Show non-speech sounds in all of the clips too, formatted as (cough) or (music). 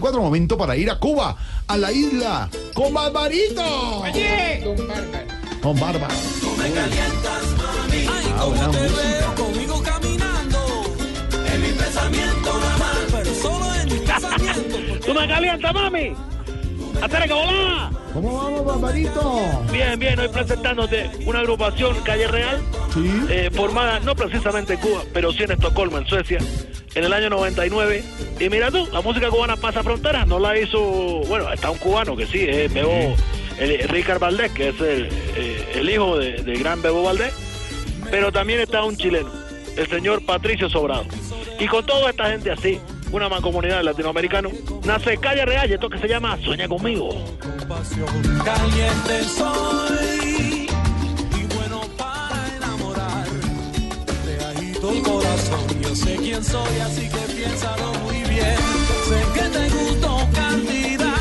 Cuatro momento para ir a Cuba, a la isla, con Barbarito. Con Barba. Ah, buena música. conmigo caminando. En mi pensamiento nada más, pero solo en mi pensamiento. ¡Tú me calientas, mami! ¡Hasta que volá! ¿Cómo vamos, Barbarito? Bien, bien, hoy presentándote una agrupación Calle Real, Sí. eh, formada no precisamente en Cuba, pero sí en Estocolmo, en Suecia, en el año 99. Y mira tú, la música cubana pasa fronteras, no la hizo, bueno, está un cubano que sí, es Bebo, el, el Ricard Valdés, que es el, eh, el hijo de- del gran Bebo Valdés, pero también está un chileno, el señor Patricio Sobrado. Y con toda esta gente así, una mancomunidad de latinoamericanos, nace Calle Real y esto que se llama Sueña Conmigo. Caliente soy y bueno para enamorar. Te agito el corazón, yo sé quién soy, así que piénsalo muy bien. Sé que te gusto, Candida,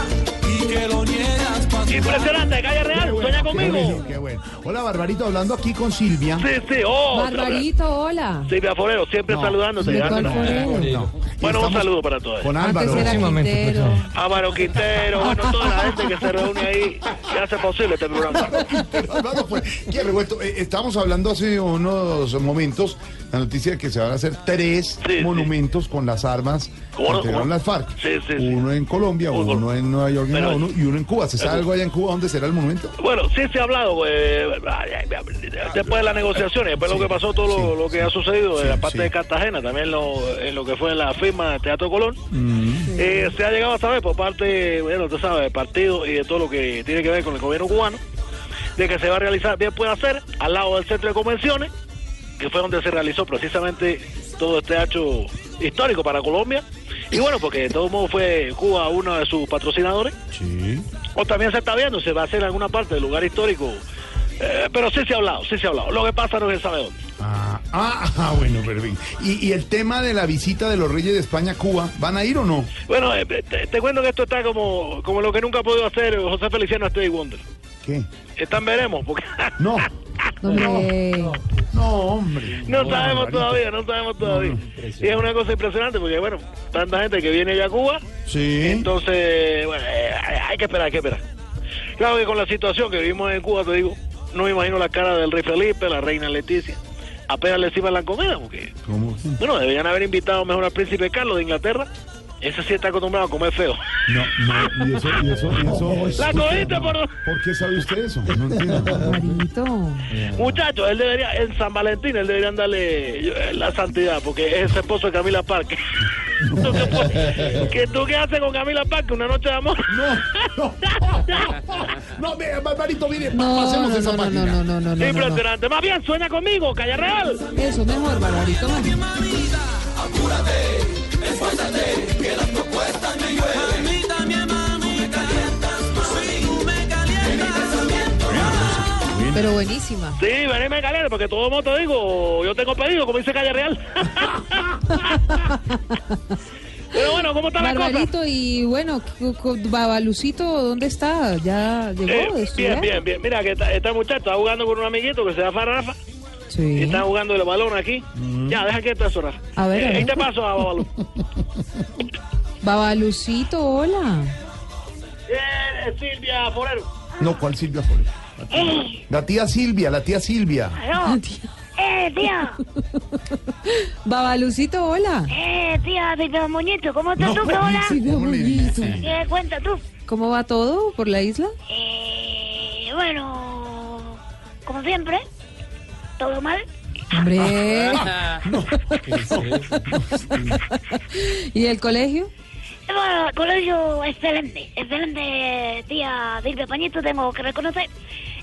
y que lo niegas pa' tu Impresionante, Calle Real, sueña Qué conmigo. bueno, qué bueno. Hola, Barbarito, hablando aquí con Silvia. Sí, sí, oh. otra vez. Barbarito, hola. Silvia Forero, siempre saludándote. Silvia Ana. ¿Cuál fue? No. Bueno, un Estamos saludo para todos. Con Álvaro. Antes era Quintero. Álvaro Quintero, bueno, toda la gente que se reúne ahí que hace posible este programa. Pero, (laughs) Álvaro, pues, qué revuelto. Eh, Estábamos hablando hace unos momentos la noticia de que se van a hacer tres Sí, sí. monumentos con las armas que ¿Cómo no? entregaron ¿Cómo? las FARC. Sí, sí, sí. uno en Colombia, Uy, uno por- en Nueva York en la Pero- ONU y uno en Cuba. ¿Se sabe Pero- algo allá en Cuba? ¿Dónde será el monumento? Bueno, sí se ha hablado eh, después de las negociaciones, después de lo que pasó, todo lo, lo que ha sucedido, Sí, en la parte sí. de Cartagena, también lo- en lo que fue la firma de Teatro Colón, Mm. eh, se ha llegado a saber por parte, bueno, tú sabes, del partido y de todo lo que tiene que ver con el gobierno cubano, de que se va a realizar, bien puede hacer, al lado del centro de convenciones, que fue donde se realizó precisamente todo este hecho histórico para Colombia. Y bueno, porque de todos modos fue Cuba uno de sus patrocinadores. Sí. O también se está viendo, se va a hacer en alguna parte del lugar histórico. Eh, pero sí se ha hablado, sí se ha hablado. Lo que pasa no se sabe dónde. Ah, ah, (laughs) ah, bueno, pero bien. Y, y el tema de la visita de los reyes de España a Cuba, ¿van a ir o no? Bueno, eh, te, te cuento que esto está como, como lo que nunca ha podido hacer José Feliciano Stevie Wonder. ¿Qué? Están veremos, porque (laughs) No. Hombre. No, hombre. no sabemos Barbarito. todavía, no sabemos todavía. Y es una cosa impresionante porque, bueno, tanta gente que viene allá a Cuba, Sí. entonces, bueno, eh, hay hay que esperar, hay que esperar. Claro que con la situación que vivimos en Cuba, te digo, no me imagino la cara del rey Felipe, la reina Leticia. Apenas le sirvan la comida, porque ¿Cómo? Bueno, deberían haber invitado mejor al príncipe Carlos de Inglaterra. Ese sí está acostumbrado a comer feo. (laughs) No, no, y eso, y eso, y eso. La cogiste por... ¿Por qué sabe usted eso? No entiendo. Barbarito. Muchachos, él debería, en San Valentín, él deberían darle eh, la santidad, porque es esposo de Camila Parque. (laughs) ¿Tú qué, puedes- qué- ¿Tú qué haces con Camila Parque? ¿Una noche de amor? No, no. No, mire, Barbarito, mire, pa- No, pasemos no, esa no, no, página. no, no, no, no, no, no. Impresionante. Más bien, sueña conmigo, Calle Real. Eso mejor, Barbarito. mejor. mamita, mi mami, me calientas, sí, tú me calientas. Pero buenísima. Sí, venime, Calera, porque todo el mundo te digo, yo tengo pedido, como dice Calle Real. (laughs) Pero bueno, ¿cómo está la cosa? Barbarito, y bueno, cu- cu- Babalucito, ¿dónde está? ¿Ya Eh, llegó? de estudiar? bien, bien, bien. Mira que esta, esta muchacha está jugando con un amiguito que se llama Rafa. Sí. Mm. Está jugando el balón aquí. Ya, deja que esto Rafa. A ver, a Eh, ver. ahí te paso a (laughs) balón. Babalucito, hola. Bien, Silvia Forero. No, ¿cuál Silvia fue? La tía- La tía Silvia, la tía Silvia. Aló. Eh, tía. Babalucito, hola. Eh, tía, de los muñecos. ¿Cómo estás tú, Carola? Sí, ¿Cómo le bonito. ¿Qué cuenta tú? ¿Cómo va todo por la isla? Eh, bueno, como siempre, todo mal. (laughs) Hombre. ¿Y el colegio? Eh, Bueno, colegio excelente, excelente, tía Silvia Pañito, tengo que reconocer.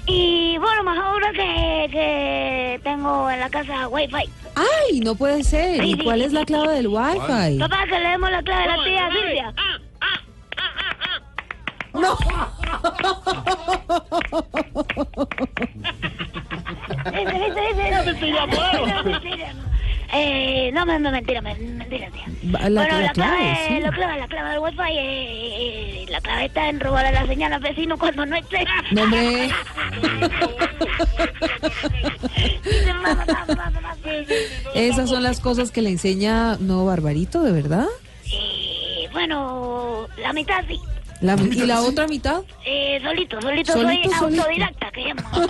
Y bueno, más ahora que, que tengo en la casa wifi. ¡Ay, no puede ser! ¿Y Sí. cuál es la clave del Wi-Fi? Papá, que le demos la clave a la tía Silvia. Dice, dice, dice. Es mentira, No, bueno. no, mentira, no. Eh, no, no, no, mentira, me- mentira, tía. Va, la- bueno, la la clave, clave, sí. la clave, la clave del wifi, eh, eh, la clave está en robarle la señal al vecino cuando no esté. No, hombre. (laughs) Dice, "Mamá, mamá, mamá". Sí, sí, sí. Esas son las cosas que le enseña, no, Barbarito, de verdad. Eh, bueno, la mitad sí. La- y la otra mitad, Eh, solito, solito, Solito, soy solito. autodidacta, que llamo. (laughs)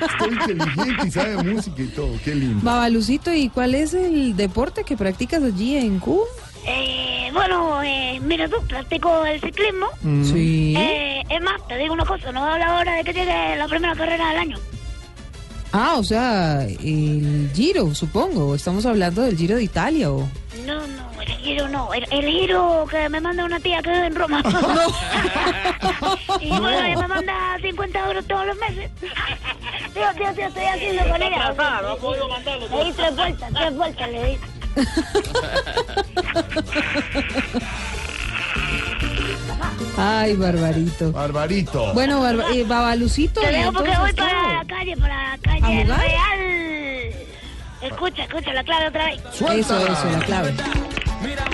(laughs) Está inteligente y sabe música y todo. Qué lindo. Babalucito, ¿y cuál es el deporte que practicas allí en Cuba? Eh, bueno, eh, mira tú, practico el ciclismo. Sí. Eh, es más, te digo una cosa, no habla ahora de que llegue la primera carrera del año. Ah, o sea, el Giro, supongo. Estamos hablando del Giro de Italia o... No, no, el giro no. El, el giro que me manda una tía que vive (laughs) en Roma. (laughs) y bueno, ella me manda 50 euros todos los meses. (laughs) Tío, tío, tío, estoy haciendo con ella. (laughs) no ha podido mandarlo. Le di tres vueltas, tres vueltas le di. Ay, Barbarito. Barbarito. Bueno, Barba- eh, Babalucito, Te ¿y dejo porque voy entonces para la qué? calle, para la ¿A calle jugar? real. Escucha, escucha, la clave otra vez. Suelta. Eso, eso, la clave. Mira